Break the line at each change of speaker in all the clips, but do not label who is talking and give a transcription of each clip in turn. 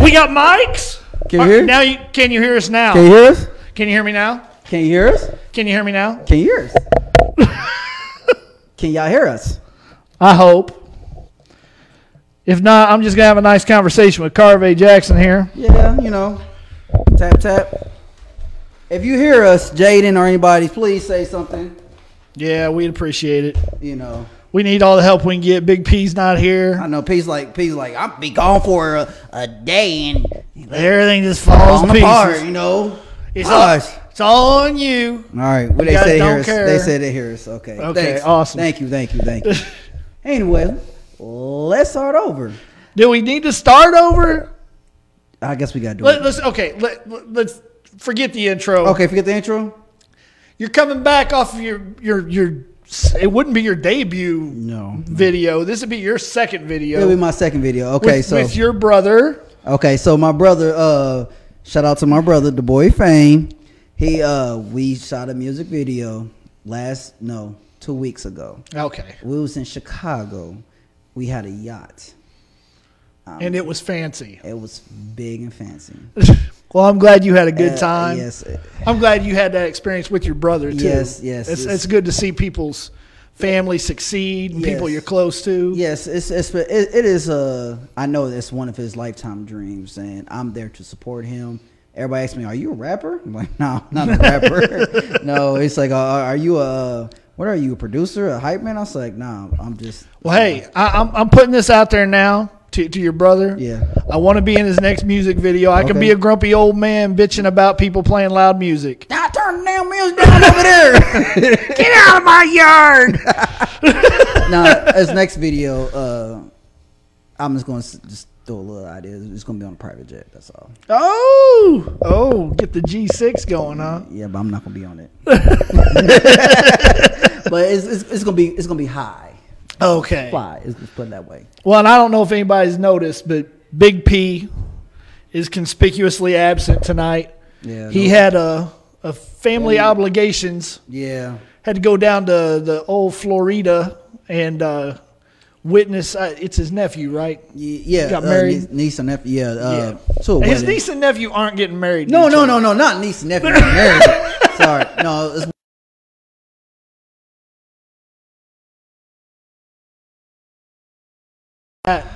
We got mics.
Can you
Uh,
hear?
Now you can you hear us now?
Can you hear us?
Can you hear me now?
Can you hear us?
Can you hear me now?
Can you hear us? Can y'all hear us?
I hope. If not, I'm just gonna have a nice conversation with Carvey Jackson here.
Yeah, you know. Tap tap. If you hear us, Jaden or anybody, please say something.
Yeah, we'd appreciate it.
You know.
We need all the help we can get. Big P's not
I
here.
know P's like P's like I'm be gone for a, a day and
Everything just falls
on
to
the part,
pieces.
you know.
It's all,
Gosh.
it's all on you.
All right, well,
You
they
guys
said they
don't
hear us.
care.
They said they hear us. Okay.
Okay,
Thanks.
awesome.
Thank you. Thank you. Thank you. anyway, let's start over.
Do we need to start over?
I guess we got to do
Let,
it.
let's okay. Let, let, let's forget the intro.
Okay, forget the intro.
You're coming back off of your your your. It wouldn't be your debut
No.
video. This would be your second
It'll
video.
be my second video. Okay,
with,
so
with your brother.
Okay, so my brother, uh, shout out to my brother, the boy Fame. He, uh, we shot a music video last, no, two weeks ago.
Okay,
We was in Chicago. We had a yacht. Um,
and it was fancy.
It was big and fancy.
well, I'm glad you had a good
Uh,
time.
yes.
I'm glad you had that experience with your brother too.
Yes, yes,
It's,
yes.
it's good to see people's family succeed and people
Yes.
you're close to.
Yes, it's, it's it, it is. Uh, I know that's one of his lifetime dreams, and I'm there to support him. Everybody asks me, "Are you a rapper?" I'm like, "No, not a rapper. no." It's like, uh, "Are you a what are you a producer, a hype man?" I was like, "No, I'm just."
Well, hey, I, I'm I'm putting this out there now to to your brother.
Yeah.
I want to be in his next music video. I can
Okay.
be a grumpy old man bitching about people playing loud music.
Now turn the damn music down over there. Get out of my yard. now, his next video, uh, I'm just going to just throw a little idea. It's going to be on a private jet. That's all.
Oh, oh, get the G6 going, huh?
Yeah, but I'm not gonna be on it. but it's, it's, it's gonna be it's gonna be high,
Okay.
fly. It's, let's put it that way.
Well, and I don't know if anybody's noticed, but Big P is conspicuously absent tonight.
Yeah,
He
no-
had a, a family obligations,
Yeah,
had to go down to the old Florida and uh, witness. Uh, it's his nephew, right?
Ye- yeah.
Got
uh,
married?
niece, niece and nephew. Yeah, uh, to a
And His
wedding.
niece and nephew aren't getting married. to
No,
each
no,
other.
no, no, not niece and nephew. got married. Sorry, no. It's,
Pat,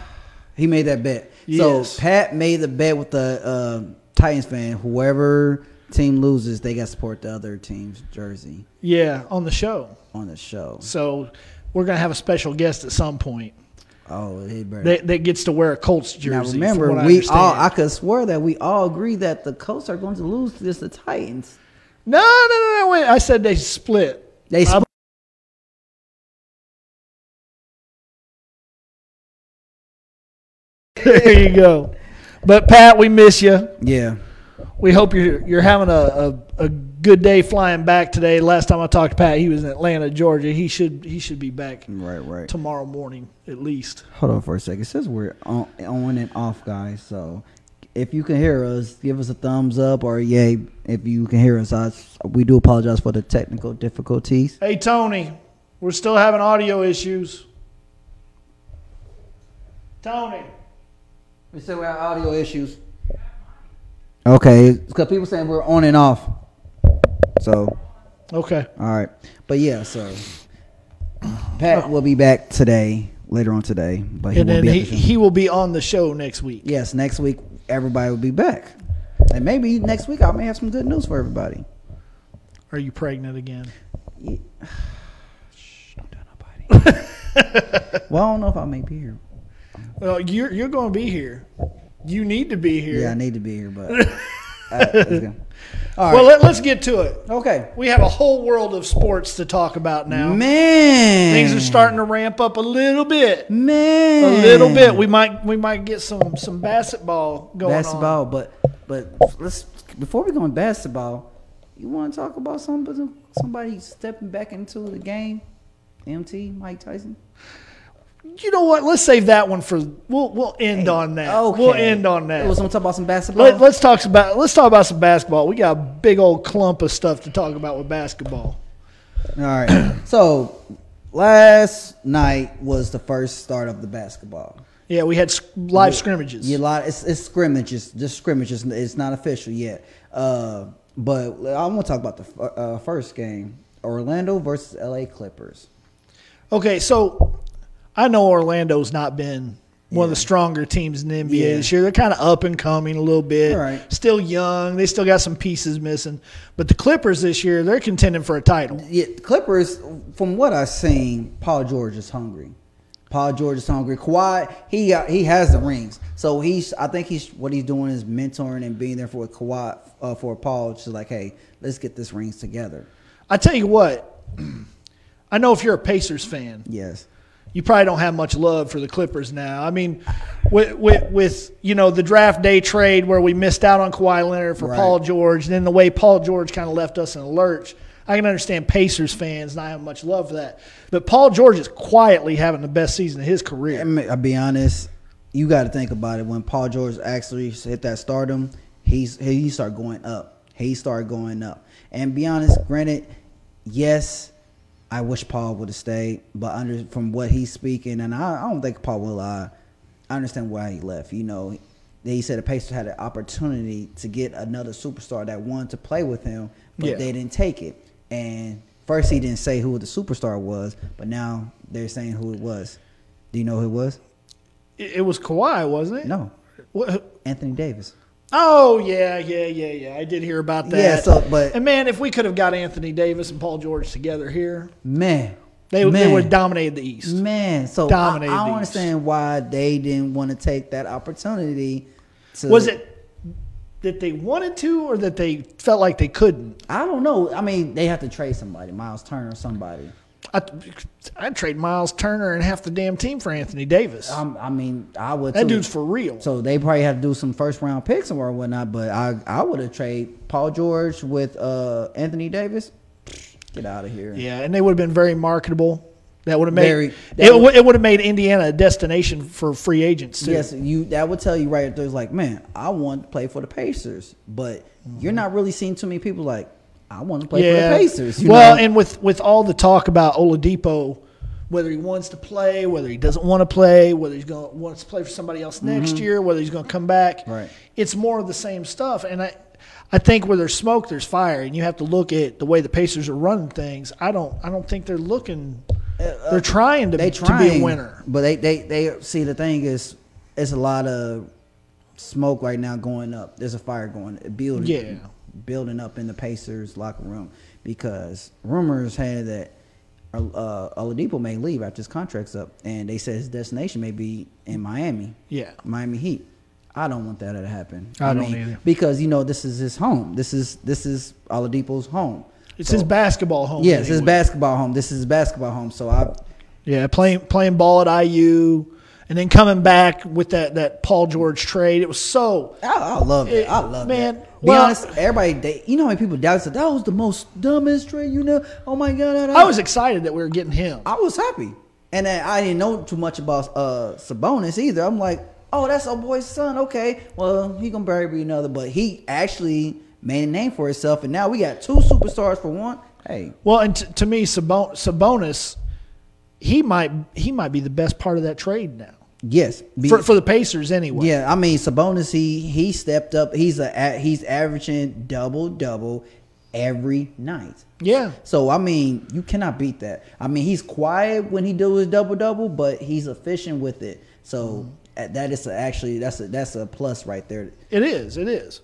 he made that bet.
Yes.
So Pat made the bet with the uh, Titans fan. Whoever team loses, they got to support the other team's jersey
yeah, on the show.
on the show.
So we're gonna have a special guest at some point
Oh, they better.
that, that gets to wear a Colts jersey.
Now
from
remember,
what I
we
understand.
all I could swear that we all agree that the Colts are going to lose to this the Titans.
No, no, no, no. Wait, I said they split.
They
I'm-
split.
there you go. But Pat, we miss you.
yeah.
We hope you're you're having a, a, a good day flying back today. Last time I talked to Pat, he was in Atlanta, Georgia. He should he should be back
Right, right.
tomorrow morning at least.
Hold on for a second. It says we're on, on and off, guys. So if you can hear us, give us a thumbs up or a yay if you can hear us. I, we do apologize for the technical difficulties.
Hey Tony, we're still having audio issues. Tony,
We said we have audio issues. Okay, because people saying we're on and off. So
okay.
All right. But yeah, so Pat will be back today, later on today. But he
and
will
then
be
he,
at the show.
he will be on the show next week.
Yes, next week everybody will be back. And maybe next week I may have some good news for everybody.
Are you pregnant again?
Ye- Shh, don't tell nobody. well, I don't know if I may be here.
Well, you're you're going to be here. You need to be here.
Yeah, I need to be here, but all right, let's go. All
well,
right.
let, let's get to it.
okay.
We have a whole world of sports to talk about now.
Man,
Things are starting to ramp up a little bit. A
Man,
little bit. We might we might get some some basketball going on.
basketball, but but let's before we go in basketball, you want to talk about somebody somebody stepping back into the game? MT Mike Tyson.
You know what? Let's save that one for we'll we'll end on that. We'll end on that.
Hey, Let's talk about some basketball.
Let, us talk about let's talk about some basketball. We got a big old clump of stuff to talk about with basketball.
All right. So last night was the first start of the basketball.
Yeah, we had sc- live scrimmages.
Yeah, a lot. It's, it's scrimmages. Just scrimmages. It's not official yet. Uh, but I want to talk about the f- uh, first game: Orlando versus L.A. Clippers.
Okay, so I know Orlando's not been one of the
Yeah.
stronger teams in the NBA
Yeah.
this year. They're kind of up and coming a little bit.
Right.
Still young. They still got some pieces missing. But the Clippers this year, they're contending for a title.
Yeah, Clippers. From what I've seen, Paul George is hungry. Paul George is hungry. Kawhi, he got, he has the rings, so he's. I think he's what he's doing is mentoring and being there for Kawhi uh, for Paul. Just like, hey, let's get this rings together.
I tell you what, I know if you're a Pacers fan,
Yes.
you probably don't have much love for the Clippers now. I mean, with with, with you know the draft day trade where we missed out on Kawhi Leonard for
Right.
Paul George, and then the way Paul George kind of left us in a lurch. I can understand Pacers fans not having much love for that, but Paul George is quietly having the best season of his
I
career.
mean, I'll be honest. You got to think about it. When Paul George actually hit that stardom, he's he started going up. He started going up. And be honest, granted, yes, I wish Paul would have stayed, but under from what he's speaking, and I, I don't think Paul will. I, I understand why he left. You know, he said the Pacers had an opportunity to get another superstar that wanted to play with him, but
Yeah.
they didn't take it. And first, he didn't say who the superstar was, but now they're saying who it was. Do you know who it was?
It, it was Kawhi, wasn't it?
No,
What-
Anthony Davis.
Oh yeah, yeah, yeah, yeah. I did hear about that.
Yeah, so- but-
and man, if we could have got Anthony Davis and Paul George together here,
Man,
they,
man,
they would have dominated the East.
Man, so I, I
dominated
don't
these.
understand why they didn't want to take that opportunity. To,
Was it that they wanted to or that they felt like they couldn't?
I don't know. I mean, they have to trade somebody, Miles Turner, or somebody.
I, I'd trade Miles Turner and half the damn team for Anthony Davis.
i Um, I mean, I would.
that
too.
dude's for real.
So they probably have to do some first round picks or whatnot. But I, I would have traded Paul George with uh, Anthony Davis. Get out of here.
yeah, and they would have been very marketable. That would have made
Very- that
it,
would-
would, it would have made Indiana a destination for free agents too.
Yes, you. That would tell you right there's like, man, I want to play for the Pacers, but
Mm-hmm.
you're not really seeing too many people like, I want to play for the Pacers. You
well,
know?
and with with all the talk about Oladipo, whether he wants to play, whether he doesn't want to play, whether he's going to wants to play for somebody else next year, whether he's going to come back,
Mm-hmm. Right.
it's more of the same stuff. And I, I think where there's smoke, there's fire, and you have to look at the way the Pacers are running things. I don't, I don't think they're looking. They're trying to,
Uh, they
to
trying,
be a winner.
but they they they see the thing is, it's a lot of smoke right now going up. There's a fire going building,
Yeah.
building up in the Pacers locker room because rumors had that. Uh, Oladipo may leave after his contract's up, and they said his destination may be in Miami.
Yeah.
Miami Heat. I don't want that to happen.
I don't either.
Because you know this is his home. This is this is Oladipo's home.
It's
So-
his basketball home.
Yeah,
that
it's
he
his
was-
basketball home. This is his basketball home. So I,
Yeah, playing playing ball at IU, and then coming back with that that Paul George trade. It was so
I, I love it.
It-
I love
Eh, man,
it. Be
well-
honest, everybody. They, you know how many people doubt said that was the most dumbest trade. You know, oh my god. da, da."
I was excited that we were getting him.
I was happy, and then I didn't know too much about uh, Sabonis either. I'm like, oh, that's our boy's son. Okay, well, he gonna bury me another, but he actually made a name for himself, and now we got two superstars for one. Hey,
Well, and t- to me, Sabon- Sabonis, he might he might be the best part of that trade now
yes, be-
for, for the Pacers anyway.
yeah. I mean, Sabonis, he he stepped up. He's a a- he's averaging double double every night.
yeah.
So I mean, you cannot beat that. I mean, he's quiet when he do his double double, but he's efficient with it. So uh, that is actually that's a that's a plus right there.
It is. It is.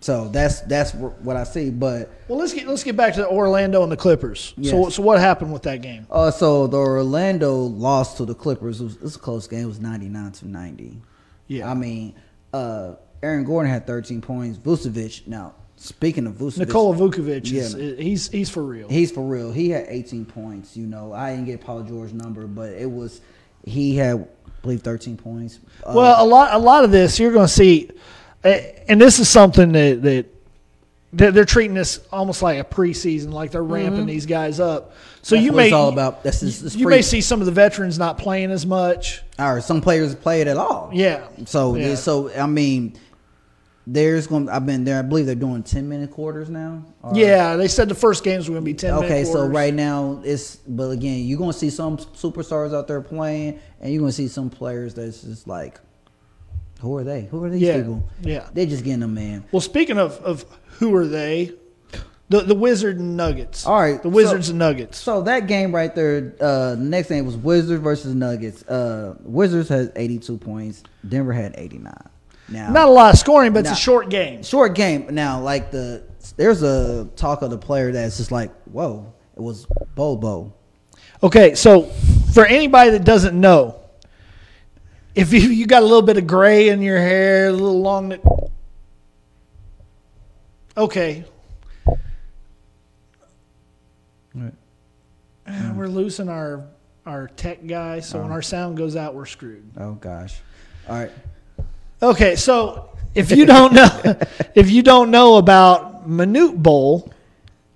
So that's that's wh- what I see. But
Well, let's get let's get back to Orlando and the Clippers. So
Yes.
so what happened with that game?
uh, so the Orlando lost to the Clippers. It was, it was a close game. It was ninety nine to ninety.
Yeah.
I mean, uh, Aaron Gordon had thirteen points. Vucevic. Now speaking of Vucevic,
Nikola Vukovic is
Yeah.
he's he's for real.
He's for real. He had 18 points. You know, I didn't get Paul George's number, but it was he had, I believe, 13 points. Uh,
well, a lot a lot of this you're going to see, eh, and this is something that that they're, they're treating this almost like a preseason, like they're ramping these guys up. So
Mm-hmm. That's
you
what
may
it's all about. That's- it's- it's
you may
pre-
see some of the veterans not playing as much.
or some players played at all.
Yeah.
So
Yeah.
so I mean, There's going. to I've been there. I believe they're doing ten minute quarters now. or-
Yeah, they said the first games were going to be ten.
uh, Okay,
minute
so
quarters.
right now it's but again, you're gonna see some superstars out there playing, and you're gonna see some players that's just like, who are they? Who are these
Yeah,
people?
yeah.
they just getting them man.
Well, speaking of, of who are they, the the Wizard and Nuggets.
All right,
the
so-
Wizards and Nuggets.
So that game right there, uh, next game was Wizards versus Nuggets. Uh, Wizards had 82 points. Denver had 89. Now,
Not a lot of scoring, but
Nah.
it's a short game.
short game. Now, like the there's a talk of the player that's just like, whoa, it was Bobo.
Okay, so for anybody that doesn't know, if you, you got a little bit of gray in your hair, a little long. neck- Okay. Uh, We're losing our our tech guy, so when our sound goes out, we're screwed.
Oh gosh. All right.
Okay, so if you don't know if you don't know about Minute Bowl,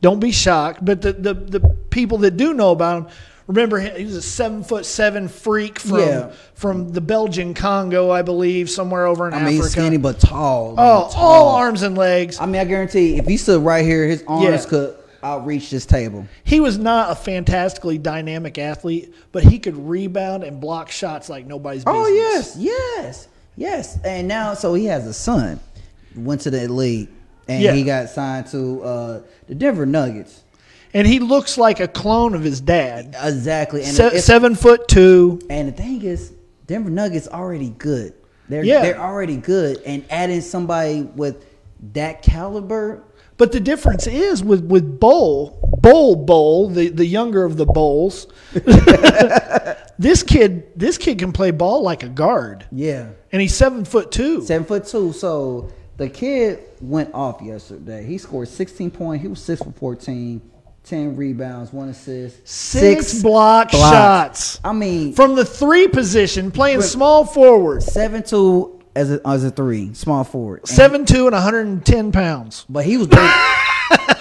don't be shocked. But the the, the people that do know about him, remember he he was a seven foot seven freak from
Yeah.
from the Belgian Congo, I believe, somewhere over in
I
Africa.
mean, he's skinny but tall. like,
oh, all
tall.
arms and legs.
I mean, I guarantee if he stood right here, his arms
Yeah.
could outreach this table.
He was not a fantastically dynamic athlete, but he could rebound and block shots like nobody's business.
Oh yes, yes, yes. And now, so he has a son. Went to the league, and
Yeah.
he got signed to uh, the Denver Nuggets.
and he looks like a clone of his dad.
Exactly. And,
Se-
it's-
seven foot two.
and the thing is, Denver Nuggets already good. They're
Yeah.
they're already good, and adding somebody with that caliber.
But the difference is with with Bowl, Bowl Bowl, the, the younger of the bowls. this kid this kid can play ball like a guard.
Yeah.
And he's seven foot two.
Seven foot two. So the kid went off yesterday. He scored 16 points. He was six for 14, 10 rebounds, one assist,
Six block shots.
I mean,
From the three position, playing small forward.
seven two as a, as a three, small forward. And-
Seven two and hundred and ten pounds.
but he was. big.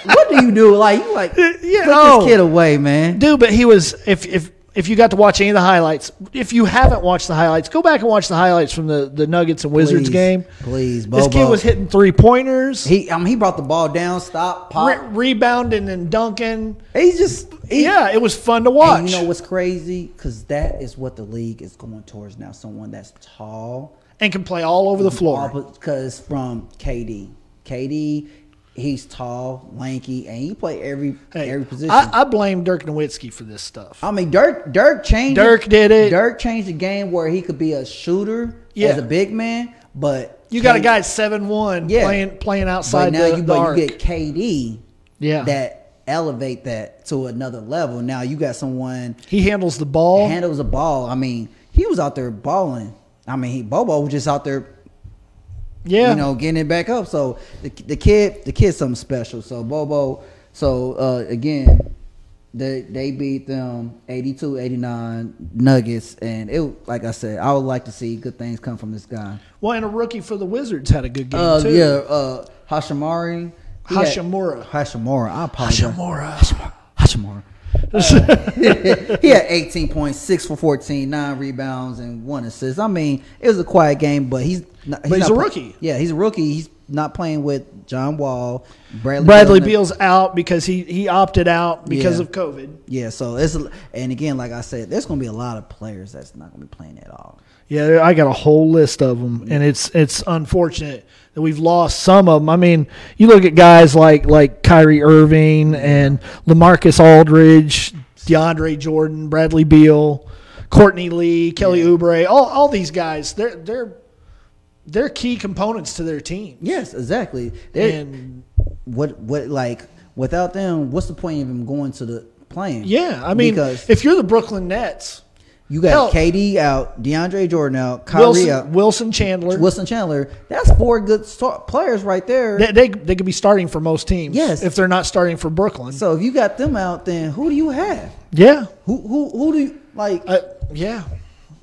what do you do? Like you like
Yeah,
put this
no.
kid away, man.
Dude, but he was if if if you got to watch any of the highlights, if you haven't watched the highlights, go back and watch the highlights from the, the Nuggets and Wizards
Please,
game.
please,
This kid
Bobo.
was hitting three pointers.
He I mean, he brought the ball down, stop,
re-
pop.
rebounding and dunking.
He's just he,
yeah, it was fun to watch.
And you know what's crazy? Because that is what the league is going towards now. Someone that's tall.
and can play all over the floor.
because from KD. KD, he's tall, lanky, and he play every
Hey,
every position. I,
I, I blame Dirk Nowitzki for this stuff.
mean, Dirk Dirk changed
Dirk did it.
Dirk changed the game where he could be a shooter
Yeah.
as a big man, but
you got a
KD
guy seven one
Yeah.
playing playing
But
outside
now
the,
you
the
but
arc.
you get KD
yeah,
that elevate that to another level. Now you got someone
he handles the ball.
handles the ball. I mean, he was out there balling. I mean, he Bobo was just out there
yeah,
you know, getting it back up. So the, the kid, the kid's something special. So Bobo, so uh, again, they they beat them 82-89 Nuggets, and it like I said, I would like to see good things come from this guy.
well, and a rookie for the Wizards had a good game
Uh,
too.
yeah, uh, Hashimari, he had-
Hashimura.
Hashimura, I apologize.
Hashimura.
Hashimura. Uh, he had 18 points, six for 14, nine rebounds, and one assist. I mean, it was a quiet game, but he's not,
But he's
not
a
pla-
rookie.
yeah, he's a rookie. He's not playing with John Wall, Bradley,
Bradley
Beal.
Beal's out because he he opted out because
Yeah.
of COVID.
Yeah, so it's a, and again, like I said, there's gonna be a lot of players that's not gonna be playing at all.
Yeah, I got a whole list of them, and it's it's unfortunate that we've lost some of them. I mean, you look at guys like like Kyrie Irving and LaMarcus Aldridge, DeAndre Jordan, Bradley Beal, Courtney Lee, Kelly Oubre, all all these guys. They're they're they're key components to their team.
Yes, exactly. They're-
And
what what like without them, what's the point of even going to the playing?
yeah, I mean,
because
if you're the Brooklyn Nets,
you got
hell-
KD out, DeAndre Jordan out, Kyrie out.
Wilson, Wilson Chandler,
Wilson Chandler. That's four good start players right there.
they, they they could be starting for most teams.
Yes.
if they're not starting for Brooklyn.
so if you got them out, then who do you have?
yeah,
Who who who do you like?
uh, yeah.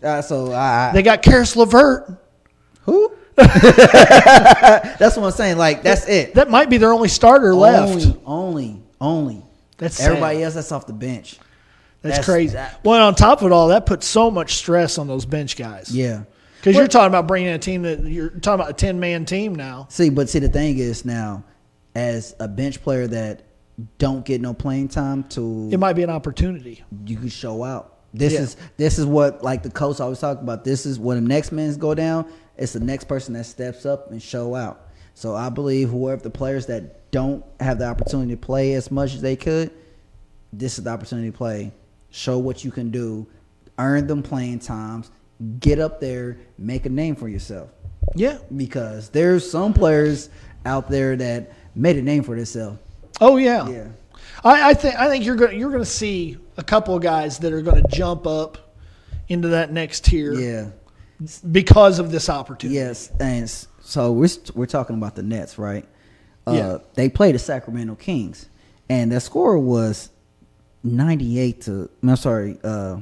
Uh, so I, I
They got Karis Levert.
who? that's what I'm saying. Like that's it.
That might be their only starter left.
Only only only.
That's sad.
everybody else. That's off the bench.
That's,
that's-
crazy.
that-
well, on top of it all, that puts so much stress on those bench guys.
Yeah.
Because you're talking about bringing in a team that you're talking about a ten man team now.
See, but see, the thing is now, as a bench player that don't get no playing time to
It might be an opportunity.
you can show out. This
Yeah.
is this is what like the coach always talk about. This is when the next man's go down, it's the next person that steps up and show out. So I believe whoever the players that don't have the opportunity to play as much as they could, this is the opportunity to play. Show what you can do, earn them playing times, get up there, make a name for yourself.
Yeah.
Because there's some players out there that made a name for themselves.
Oh yeah.
Yeah.
I, I think I think you're gonna you're gonna see a couple of guys that are gonna jump up into that next tier
Yeah.
because of this opportunity.
Yes, and s- so we're s- we're talking about the Nets, right? Uh,
Yeah.
They played the Sacramento Kings, and their score was ninety eight to. I'm sorry. Uh,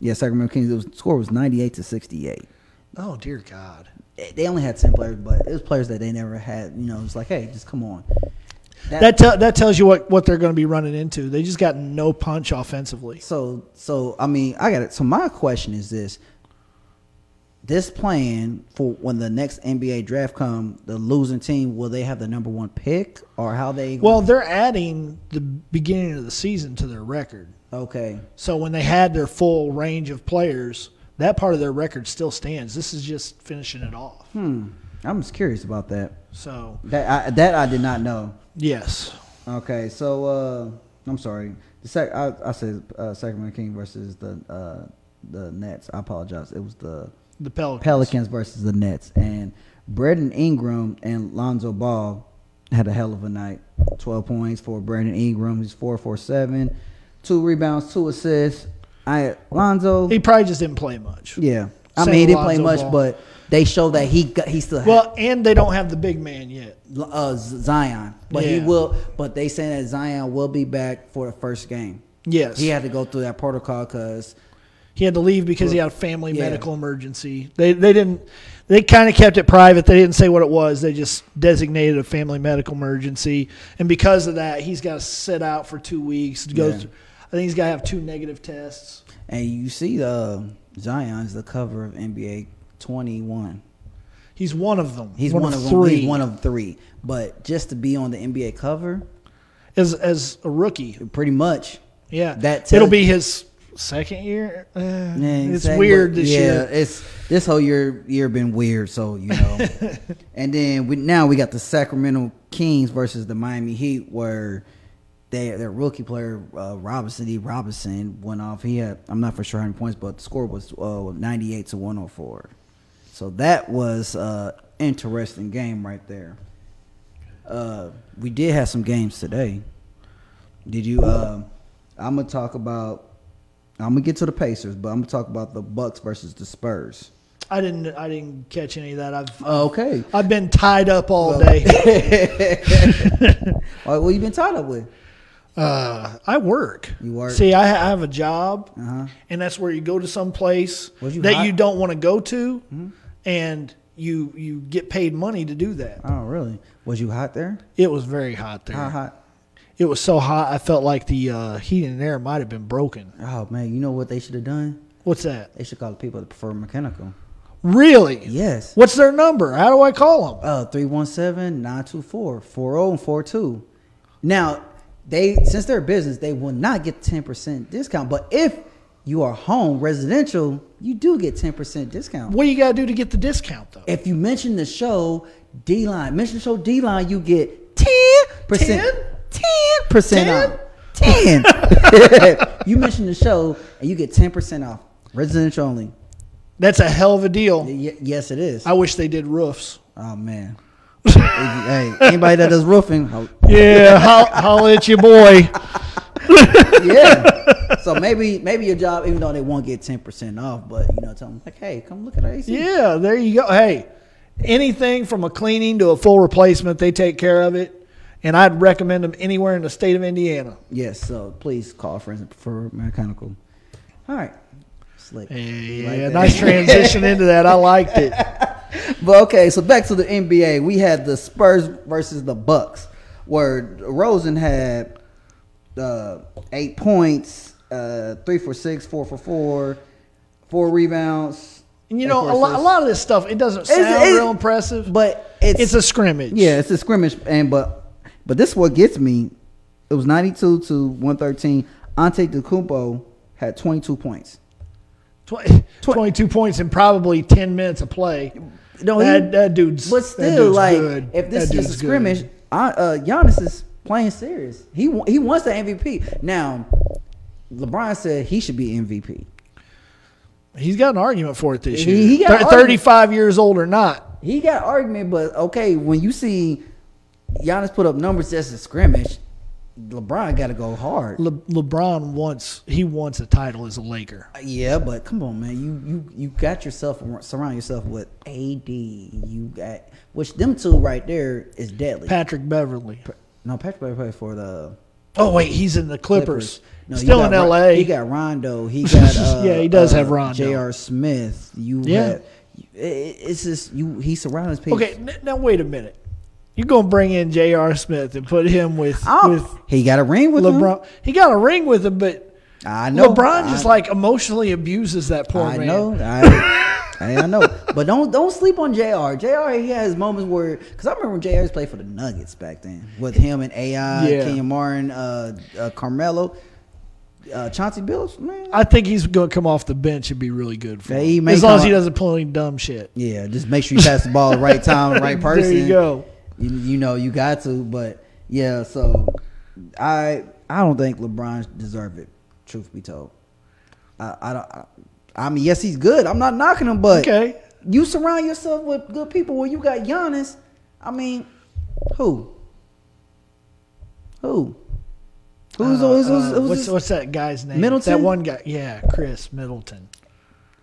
yeah, Sacramento Kings. It was, score was ninety eight to sixty eight.
Oh dear God.
They they only had ten players, but it was players that they never had. You know, it's like, hey, just come on. That-
That te- that tells you what, what they're going to be running into. They just got no punch offensively.
So so I mean I got it. So my question is this: This plan for when the next NBA draft come, the losing team will they have the number one pick or how they?
Well, they're adding the beginning of the season to their record.
okay,
So when they had their full range of players, that part of their record still stands. This is just finishing it off.
hmm. I'm just curious about that.
So
That I, that I did not know.
yes,
Okay, so uh, I'm sorry. The sec- I, I said uh, Sacramento King versus the uh, the Nets. I apologize. It was the
the Pelicans.
Pelicans versus the Nets, and Brandon Ingram and Lonzo Ball had a hell of a night. Twelve points for Brandon Ingram. He's four for seven, two rebounds, two assists. I Lonzo,
He probably just didn't play much.
yeah. I
Same
mean, he didn't play
Lonzo Ball.
much, but they show that he got, he still
Well, and they don't have the big man yet.
had, uh, Z- Zion, but he
Yeah.
will. But they saying that Zion will be back for the first game.
Yes,
He had to go through that protocol because
He had to leave because he had a family
Yeah.
medical emergency. They they didn't they kind of kept it private. They didn't say what it was. They just designated a family medical emergency, and because of that, he's got to sit out for two weeks. To go,
Yeah.
through, I think he's got to have two negative tests.
and you see uh, Zion's the cover of NBA twenty one.
He's one of them.
He's one, of, three.
three.
He's one of three. But just to be on the NBA cover,
as as a rookie.
pretty much.
Yeah,
That
it'll
tells-
be his second year. Eh,
Yeah,
it's
exactly.
weird this
yeah,
year.
it's this whole year year been weird. So you know, and then we now we got the Sacramento Kings versus the Miami Heat, where they their rookie player uh, Robinson D Robinson went off. He had I'm not for sure how many points, but the score was uh, 98 to 104. So that was uh, interesting game right there. Uh, we did have some games today. Did you? um I'm gonna talk about. I'm gonna get to the Pacers, but I'm gonna talk about the Bucks versus the Spurs.
I didn't I didn't catch any of that. I've
Oh, Okay.
I've been tied up all day.
All right, what you been tied up with?
Uh, I work.
You work.
See, I, ha- I have a job,
Uh-huh.
and that's where you go to some place
Was you
that
hot? Mm-hmm.
you don't want to go to, and you you get paid money to do that.
Oh, really? Was you hot there?
It was very hot there.
How hot?
It was so hot, I felt like the uh, heat and air might have been broken.
Oh man, you know what they should have done?
What's that?
They should call the people that prefer mechanical.
Really?
Yes.
What's their number? How do I call them?
Uh, 317-924-4042. Now, they since they're a business, they will not get 10% discount. But if you are home residential, you do get 10% discount.
What do you got to do to get the discount though?
If you mention the show D line, mention the show D line, you get 10%. 10 percent off. 10 you mention the show and you get 10% off. Residential only.
That's a hell of a deal.
Y- yes, it is.
I wish they did roofs.
Oh man. hey, anybody that does roofing, oh,
Yeah, holl- holla at your boy.
yeah. So maybe maybe your job, even though they won't get ten percent off, but you know, tell them like, hey, come look at our AC.
Yeah, there you go. Hey, anything from a cleaning to a full replacement, they take care of it. And I'd recommend them anywhere in the state of Indiana.
Yes. So please call friends and prefer mechanical. All right. Slick.
Yeah,
You like that?
nice transition into that. I liked it.
But okay, so back to the NBA. We had the Spurs versus the Bucks, where Rosen had uh, eight points, uh, three for six, four for four, four rebounds,
And you know,
Of
a
course
lot, a
it's-
lot of this stuff, it doesn't
It's-
sound
it's-
real impressive,
But it's
it's a scrimmage.
yeah, it's a scrimmage, and but but this is what gets me. It was ninety two to one thirteen. Ante DeCumpo had twenty two points.
Tw- 22 points in probably 10 minutes of play.
No, he-
that, that dude's
But
that
still,
dude's
like
good.
if this
That
is a
dude's good.
scrimmage, I, uh, Giannis is playing serious. He wa- he wants the MVP now. LeBron said he should be MVP.
he's got an argument for it this
He-
year.
he got an
Thir-
argument.
35 years old or not,
He got argument, but okay, when you see Giannis put up numbers as a scrimmage, LeBron got to go hard.
Le- LeBron wants he wants a title as a Laker.
Yeah, but come on, man. You you you got yourself surround yourself with AD. You got which them two right there is deadly.
Patrick Beverly.
no, Patrick Beverly played for the
Oh wait, he's in the Clippers.
No, you
Still
got
in
Ron-
L.A.
He got Rondo. He got uh,
Yeah, he does
uh,
have Rondo.
J.R. Smith. You
Yeah.
have- it- it- it's just you. He surrounds people.
okay, n- now wait a minute. You're gonna bring in J.R. Smith and put him with
Oh,
with
he got a ring with LeBron.
LeBron. He got a ring with him, but
I know.
LeBron
I-
just like emotionally abuses that poor
I
man.
know. I, I I know. But don't don't sleep on Jr. Jr. He has moments where because I remember when Jr. played for the Nuggets back then with him and AI,
Yeah.
Kenyon Martin, uh, uh, Carmelo, uh, Chauncey Billups. Man,
I think he's going to come off the bench and be really good for
Yeah, he
him.
may
As long
come
as he
off-
doesn't pull any dumb shit.
yeah. Just make sure you pass the ball the right time, the right
There
person.
you go.
You, you know you got to, but yeah. So I I don't think LeBron deserved it. Truth be told, I, I don't. I, I mean, yes, he's good. I'm not knocking him, but
Okay.
You surround yourself with good people. When you got Giannis, I mean, who? Who? Who's
Uh,
who's, who's,
uh,
who's
what's, what's that guy's name?
Middleton?
That one guy. Yeah, Chris Middleton.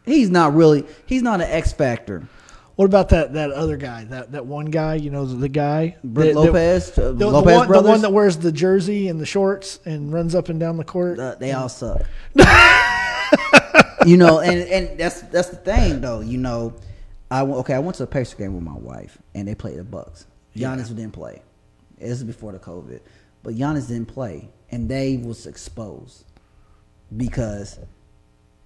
he's not really he's not an X factor.
What about that that other guy? That that one guy, you know, the, the guy?
Brook
that- that-
Lopez, uh,
the- the,
Lopez
one, the
brothers.
one that wears the jersey and the shorts and runs up and down the court.
Uh, they all suck. you know, and and that's that's the thing though. You know, I went- okay. I went to a Pacers game with my wife, and they played the Bucks. Giannis didn't play. This is before the COVID, but Giannis didn't play, and they was exposed because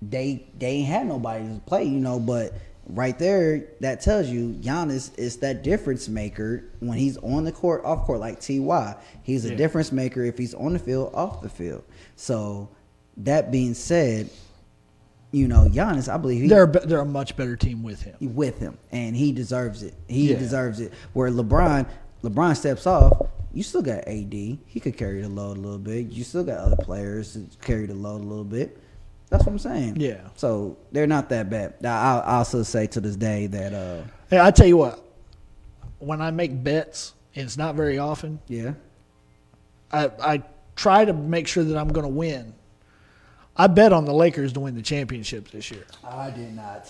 they they ain't had nobody to play. You know, but. Right there, that tells you Giannis is that difference maker when he's on the court, off court, like Ty. He's a
Yeah.
difference maker if he's on the field, off the field. So, that being said, you know, Giannis, I believe he
they're a be- they're a much better team with him.
with him, and he deserves it. He
Yeah.
deserves it. Where LeBron, LeBron steps off. You still got AD. He could carry the load a little bit. You still got other players to carry the load a little bit. That's what I'm saying.
Yeah.
So they're not that bad. I, I also say to this day that uh,
Hey, I tell you what. When I make bets, and it's not very often,
yeah,
I, I try to make sure that I'm going to win. I bet on the Lakers to win the championship this year.
I did not.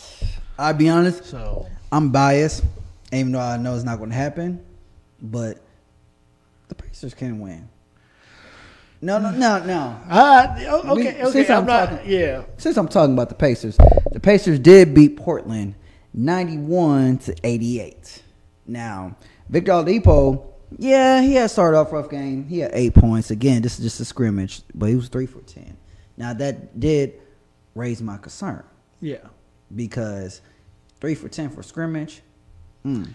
I'll be honest.
So
I'm biased, even though I know it's not going to happen, but the Pacers can win. No, no, no, no.
I o-
We-
okay, okay.
since
I'm,
I'm
not.
talking-
Yeah,
Since I'm talking about the Pacers, the Pacers did beat Portland 91 to 88. Now, Victor Oladipo, yeah, he had started off rough game. He had eight points. Again, this is just a scrimmage, but he was three for 10. Now, that did raise my concern
yeah.
because three for 10 for scrimmage. mm,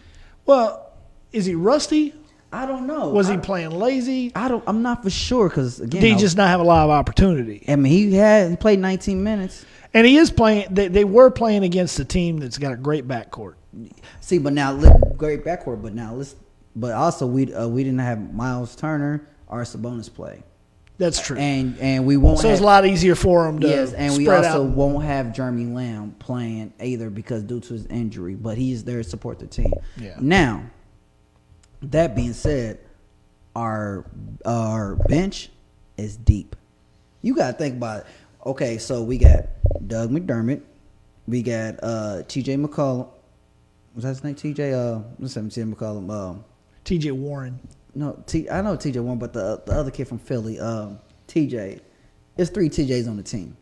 Well, is he rusty?
I don't know.
Was
I-
he playing lazy?
I don't. I'm not for sure because again,
Did he
I-
just not have a lot of opportunity?
I mean, he had he played 19 minutes.
And he is playing. They, they were playing against a team that's got a great backcourt.
See, but now let, great backcourt. But now let's. But also, we uh, we didn't have Miles Turner or Sabonis play,
That's true.
and and we won't.
so it's
have,
a lot easier for him to
yes, and we
spread
also
out.
won't have Jeremy Lamb playing either because due to his injury. But he is there to support the team.
Yeah.
Now, that being said, our our bench is deep. You gotta think about it. Okay, so we got Doug McDermott, we got uh TJ McCollum. Was that his name? TJ uh what's his name? TJ McCollum. Um
T.J. Warren.
no, T I know TJ one, but the the other kid from Philly, um, TJ. It's three TJs on the team.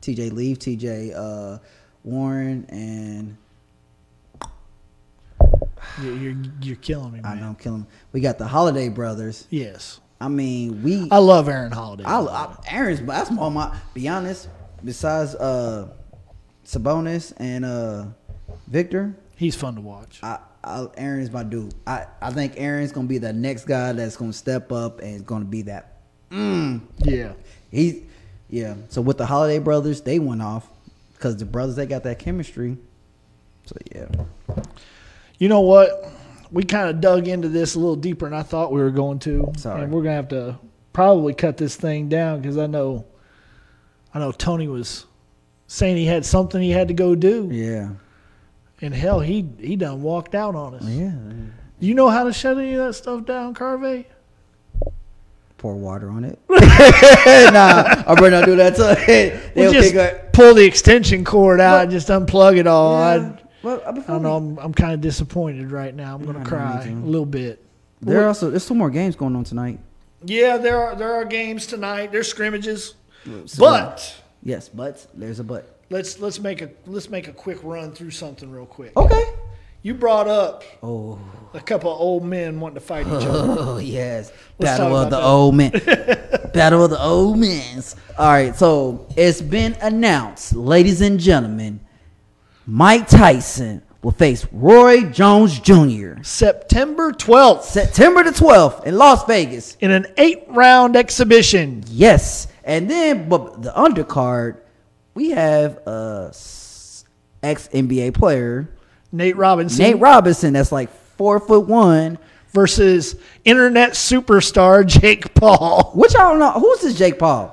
TJ Leave, TJ uh, Warren, and
You're you're, you're killing me,
I know
man.
I'm killing. We got the Holiday brothers.
Yes,
I mean, we.
I love Aaron Holiday.
I, I Aaron's, but that's all my. Be honest. Besides, uh, Sabonis and uh, Victor.
He's fun to watch.
I, I, Aaron is my dude. I, I think Aaron's gonna be the next guy that's gonna step up and is gonna be that. Mm,
Yeah.
he, yeah. So with the Holiday brothers, they went off because the brothers they got that chemistry. So yeah,
You know what? We kind of dug into this a little deeper than I thought we were going to.
Sorry.
And we're gonna have to probably cut this thing down because I know, I know Tony was saying he had something he had to go do,
yeah,
and hell, he he done walked out on us.
yeah.
You know how to shut any of that stuff down, Carvey?
Pour water on it. nah, I better not do that. So
We
they'll
just
kick our,
pull the extension cord out and just unplug it all.
Yeah.
I,
well, uh,
I
before
don't know.
we-
I'm, I'm kind of disappointed right now. I'm
Yeah,
gonna
I know, me
cry
too.
a little bit.
There are also there's two more games going on tonight.
Yeah, there are there are games tonight. There's scrimmages,
So-
but
yes, but there's a but.
let's let's make a let's make a quick run through something real quick.
Okay.
You brought up
Oh,
a couple of old men wanting to fight each other.
oh yes,
Let's
battle
talk
of the
about that.
old men. battle of the old men's. All right, so it's been announced, ladies and gentlemen, Mike Tyson will face Roy Jones Jr.
September 12th
September the 12th in Las Vegas.
in an eight round exhibition.
Yes, and then but the undercard, we have a ex NBA player.
Nate Robinson
Nate Robinson, that's like four foot one.
versus internet superstar Jake Paul.
Which I don't know. Who's this Jake Paul?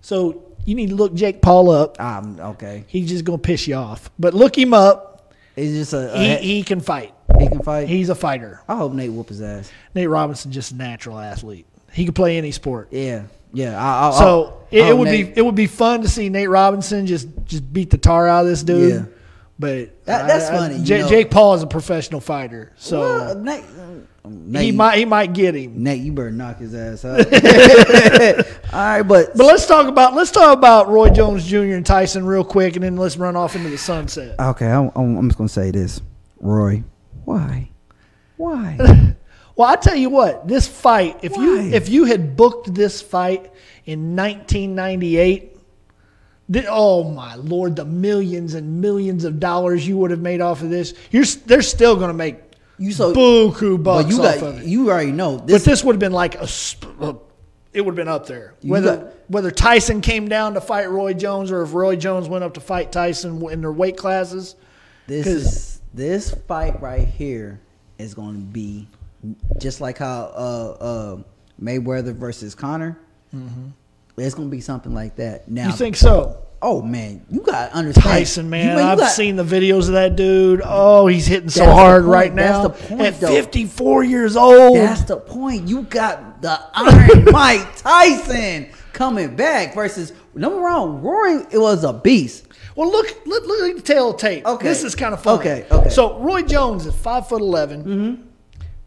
So you need to look Jake Paul up.
Um, okay.
He's just gonna piss you off. But look him up.
He's just a, a
He,
he,
he can fight.
can fight.
He's a fighter.
I hope Nate whoop his ass.
Nate Robinson just a natural athlete. He could play any sport.
Yeah, yeah. I, I,
So
I,
it, it would be it would be fun to see Nate Robinson just just beat the tar out of this dude.
Yeah.
But
That- that's funny, you
Ja-
know.
Jake Paul is a professional fighter, so
Well, Nate, um, Nate,
he might he might get him.
Nate, you better knock his ass out. All right, but,
But let's talk about let's talk about Roy Jones Jr. and Tyson real quick, and then let's run off into the sunset.
okay, I'm, I'm I'm just gonna say this, Roy. Why? Why?
Well, I tell you what, this fight if you
Why?
if you had booked this fight in 1998, then, oh my lord, the millions and millions of dollars you would have made off of this, you're s- they're still going to make
You so
buku bucks
but you
off
got
of it.
you already know
but
this.
this would have been like a, sp- a- it would have been up there
You
whether
got-
whether Tyson came down to fight Roy Jones or if Roy Jones went up to fight Tyson in their weight classes.
This
'Cause-
is this fight right here is going to be just like how uh, uh, Mayweather versus Connor. It's going to be something like that. Now,
Mm-hmm. You think so?
Oh man, you got to understand
Tyson, man,
you- you
I've
got-
seen the videos of that dude. Oh, he's hitting so
That's the
hard
point,
right
that's
now.
the point,
At
though.
54 years old,
That's the point. You got the Iron Mike Tyson coming back versus number wrong. Rory, it was a beast.
Well, look, look, look at the tail tape.
Okay.
This is kind of funny.
Okay, okay. Mm-hmm.
So Roy Jones is five foot 11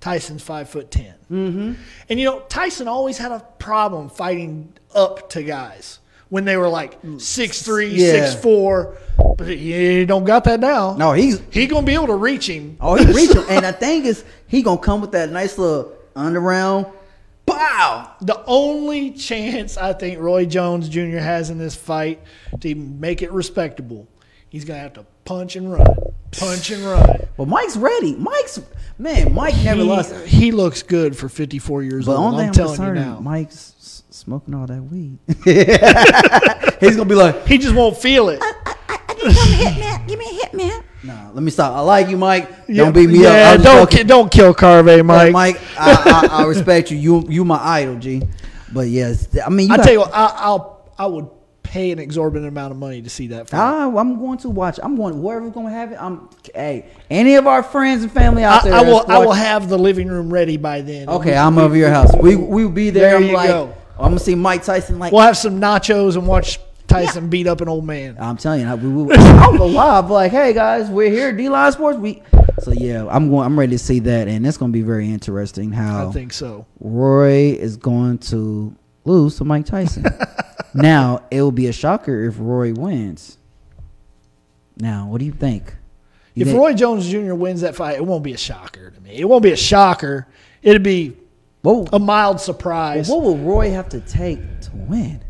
Tyson's five foot 10 Mm-hmm. And you know, Tyson always had a problem fighting up to guys when they were like six three,
Mm. Yeah.
six four. But he don't got that now.
No, he's
he gonna be able to reach him.
Oh, he reached him. And the thing is, he gonna come with that nice little underground. Pow!
The only chance I think Roy Jones Jr. has in this fight to make it respectable, he's gonna have to punch and run, punch and run.
But Mike's ready. Mike's man. Mike never
he,
lost.
he looks good for 54 years
But
old.
only
I'm
thing I'm
telling you
concerned,
now.
Mike's s- smoking all that weed. He's gonna be like,
he just won't feel it.
Nah, let me stop. I like you, Mike.
Yeah,
Don't beat me
yeah,
up. I'm
don't
joking.
ki- don't kill Carve, Mike.
Mike, Mike I, I, I respect you. You you my idol, G. But yes, I mean, you
I
got-
tell you what, I, I'll I would pay an exorbitant amount of money to see that fight.
I, am going to watch. I'm going wherever gonna have it. I'm hey, any of our friends and family
I,
out there.
I will
that's
I will
watching-
have the living room ready by then.
Okay, I'm over your house. We we'll be there.
There
I'm
you
like,
go.
I'm gonna see Mike Tyson. Like,
We'll have some nachos and watch Tyson beat up an old man.
I'm telling you, I, we, we, I don't know why. I'm like, hey guys, we're here, D Line Sports. We so yeah, I'm going. I'm ready to see that, and it's gonna be very interesting. How
I think so.
Roy is going to lose to Mike Tyson. now, it will be a shocker if Roy wins. Now, what do you think? You
If
think-
Roy Jones Jr. wins that fight, it won't be a shocker to me. It won't be a shocker. It'd be
what,
a mild surprise.
what will Roy have to take to win?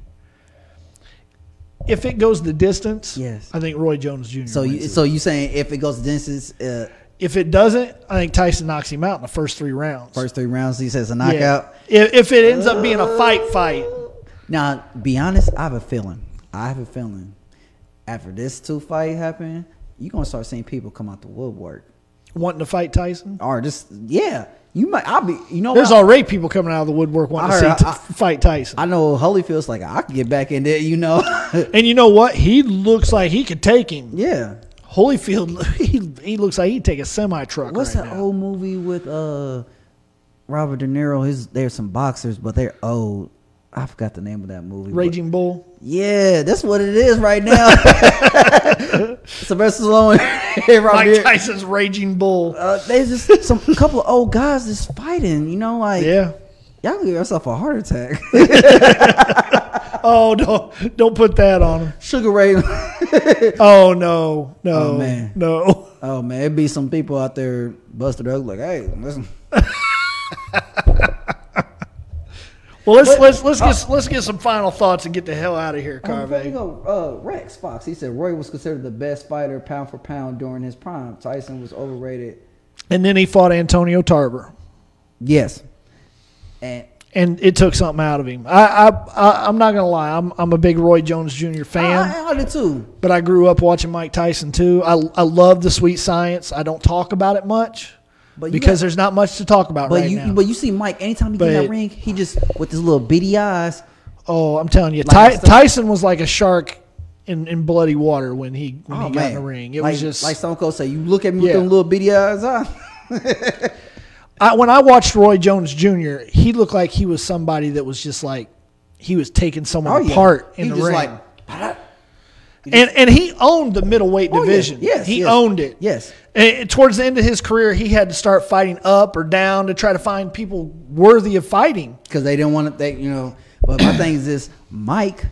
if it goes the distance,
Yes.
I think Roy Jones Jr.
So you,
wins it.
so you saying if it goes to distance, uh,
if it doesn't, I think Tyson knocks him out in the first three rounds.
first three rounds, he says a
Yeah.
knockout.
If, if it ends up being a fight, fight.
Now, be honest, I have a feeling. I have a feeling. After this two fight happen, you gonna start seeing people come out the woodwork.
Wanting to fight Tyson.
Or just yeah, you might. I'll be. You know,
There's
what?
already people coming out of the woodwork wanting
I
to
heard-
see
I-
t- fight Tyson.
I know Holyfield's like I can get back in there. You know,
and you know what? He looks like he could take him.
yeah.
Holyfield, he, he looks like he'd take a semi truck.
What's
right
that
now.
old movie with uh Robert De Niro? His there's some boxers, but they're old. I forgot the name of that movie. but-
Raging Bull?
Yeah, that's what it is right now. Sylvester Stallone, and Robert De
Mike
Niro.
Tyson's Raging Bull.
Uh, there's just some a couple of old guys that's fighting. You know, like
Yeah.
y'all give yourself a heart attack.
Oh don't don't put that on him.
Sugar Ray.
Oh no no
Oh, man.
no.
oh man, it'd be some people out there busted up like, hey, listen.
Well let's
But-
let's let's get let's get some final thoughts and get the hell out of here,
Oh, before we
Carve.
go, uh, Rex Fox. He said Roy was considered the best fighter pound for pound during his prime. Tyson was overrated.
And then he fought Antonio Tarver.
Yes. And
And it took something out of him. I, I, I I'm not gonna lie. I'm I'm a big Roy Jones Jr. fan,
Oh, I, I did too.
but I grew up watching Mike Tyson too. I I love the sweet science. I don't talk about it much
But you
because
got-
there's not much to talk about
But
right
you,
now.
but you see Mike anytime he get in that
But-
ring, he just with his little beady eyes.
Oh, I'm telling you,
Like
Ty-
it's the-
Tyson was like a shark in, in bloody water when he when
oh
he got
man,
in the ring. It
like,
was just
like Stone Cold said, you look at me
Yeah.
with them little beady eyes. Huh?
I, when I watched Roy Jones Jr., he looked like he was somebody that was just like he was taking someone apart in
Oh, He
the
just
ring,
like, "Bah."
and and he owned the middleweight
Oh, yeah.
division.
Yes,
he
yes.
owned it.
Yes.
And towards the end of his career, he had to start fighting up or down to try to find people worthy of fighting.
because they didn't want to. They, you know, but my thing is this: Mike,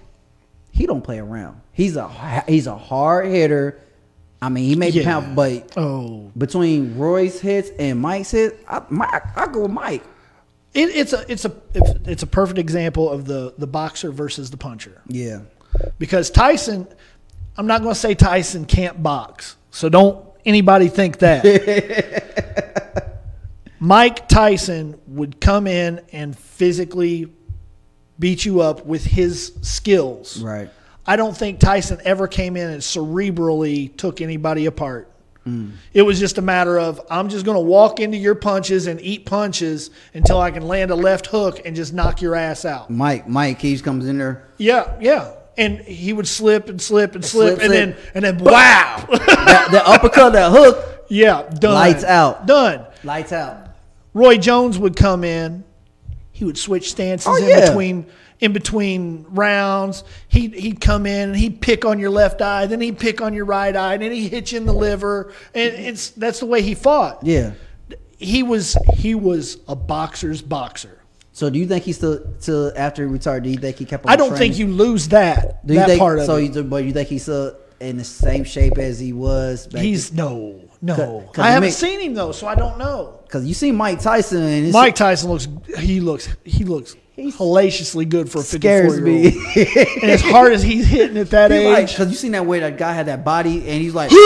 he don't play around. He's a ha- he's a hard hitter. I mean, he may
Yeah.
pound, but
Oh,
between Roy's hits and Mike's hits, I, Mike, I go with Mike.
it, it's a it's a it's, it's a perfect example of the the boxer versus the puncher.
Yeah,
because Tyson, I'm not going to say Tyson can't box. So don't anybody think that. Mike Tyson would come in and physically beat you up with his skills.
right.
I don't think Tyson ever came in and cerebrally took anybody apart. It was just a matter of I'm just going to walk into your punches and eat punches until I can land a left hook and just knock your ass out.
Mike, Mike, he just comes in there.
Yeah, yeah. And he would slip and slip and slip,
slip,
and
slip.
then and then wow.
that, that uppercut, that hook,
yeah, done.
Lights out.
Done.
lights out.
Roy Jones would come in. He would switch stances
Oh,
in
yeah.
between in between rounds. He'd he'd come in and he'd pick on your left eye, then he'd pick on your right eye, then he'd hit you in the liver. And it's that's the way he fought.
Yeah.
He was he was a boxer's boxer.
So do you think he still till after he retired? Do you think he kept? On
I don't
training?
think you lose that
Do you
that
think,
part of
so
it.
you do- but you think he's still in the same shape as he was? Back
He's no, no.
'cause
I
I
haven't
mean-
seen him though, so I don't know.
because you see Mike Tyson and it's
Mike Tyson looks he looks he looks hellaciously good for a fifty four year
scares
old.
me.
and as hard as he's hitting at that age,
Because you seen that way that guy had that body and he's like, dude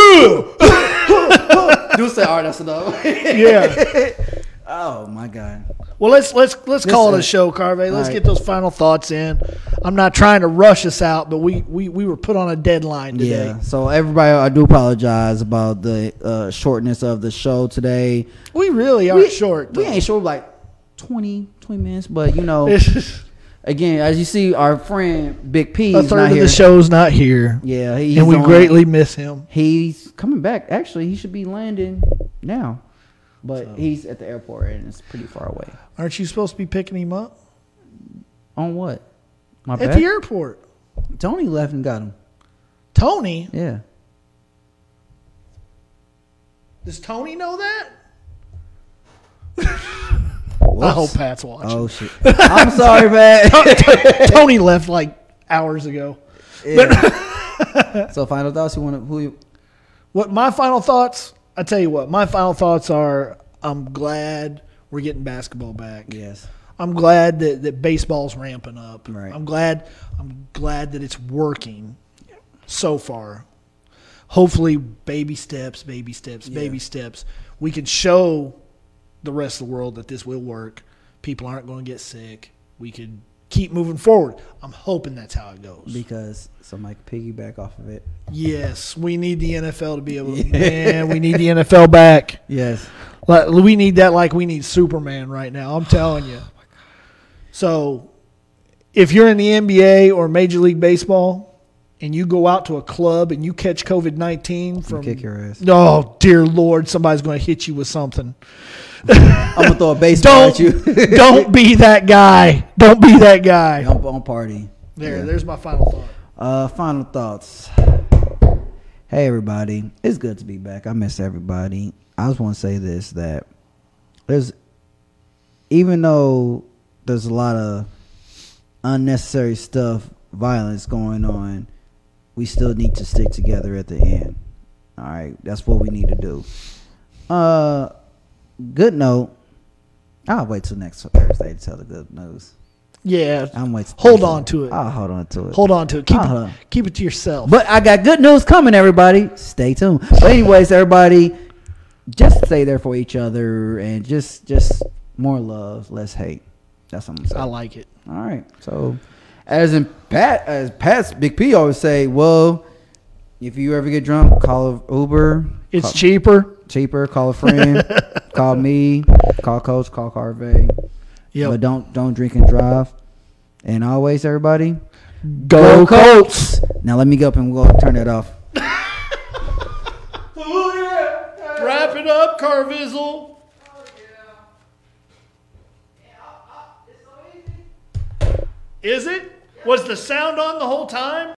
said, all right, that's enough.
yeah.
oh my god.
Well, let's let's let's call it a
Listen.
show, Carve. Let's
right.
get those final thoughts in. I'm not trying to rush us out, but we we, we were put on a deadline today.
Yeah. So everybody, I do apologize about the uh, shortness of the show today.
We really are short.
We
though.
ain't short like 20, 20 minutes, but you know,
This is-
again, as you see, our friend Big P
a
is
third
not
of
here.
the show's not here,
Yeah, he's
and we
on-
greatly miss him.
He's coming back. Actually, he should be landing now, but he's at the airport and it's pretty far away.
Aren't you supposed to be picking him up
On what? My
at
back?
the airport?
Tony left and got him.
Tony,
Yeah.
does Tony know that? I
Whoops.
hope Pat's watching.
Oh shit! I'm sorry, man.
Tony left like hours ago.
Yeah. so final thoughts. You want to who? You,
What my final thoughts? I tell you what, my final thoughts are: I'm glad we're getting basketball back.
yes.
I'm glad that, that baseball's ramping up.
Right.
I'm glad. I'm glad that it's working. so far. Hopefully, baby steps, baby steps, baby
Yeah.
steps. We can show the rest of the world that this will work. People aren't going to get sick. We could keep moving forward. I'm hoping that's how it goes.
because somebody can piggyback off of it.
yes, we need the NFL to be able. to Man, we need the NFL back.
Yes.
Like, we need that like we need Superman right now. I'm telling you. So, if you're in the NBA or Major League Baseball and you go out to a club and you catch COVID 19 from.
kick your ass.
Oh, dear Lord, somebody's going to hit you with something.
I'm gonna throw a baseball
Don't,
at you.
don't be that guy. Don't be that guy.
Don't, don't party.
There,
Yeah.
there's my final thought.
Uh, final thoughts. Hey everybody, it's good to be back. I miss everybody. I just want to say this that there's even though there's a lot of unnecessary stuff, violence going on, we still need to stick together at the end. All right, that's what we need to do. Uh, good note. I'll wait till next Thursday to tell the good news.
Yeah.
I'm Uh-huh. waiting.
Hold on to it.
I'll hold on to it.
Hold on to it. Keep,
I'll-
it, keep it to yourself.
But I got good news coming, everybody. Stay tuned. But anyways, everybody, just stay there for each other and just just more love, less hate. That's what I'm
I
saying.
like it.
All right. So, as in Pat, as Pat's Big P always say, well, if you ever get drunk, call a Uber.
It's
call-
cheaper.
cheaper. Call a friend. call me. Call Coach. Call Carvey.
Yep.
But don't don't drink and drive. And always, everybody.
Go, Colts.
Now let me go up and we'll turn that off.
Wrap it up, Carvizzle. Is it? Was the sound on the whole time?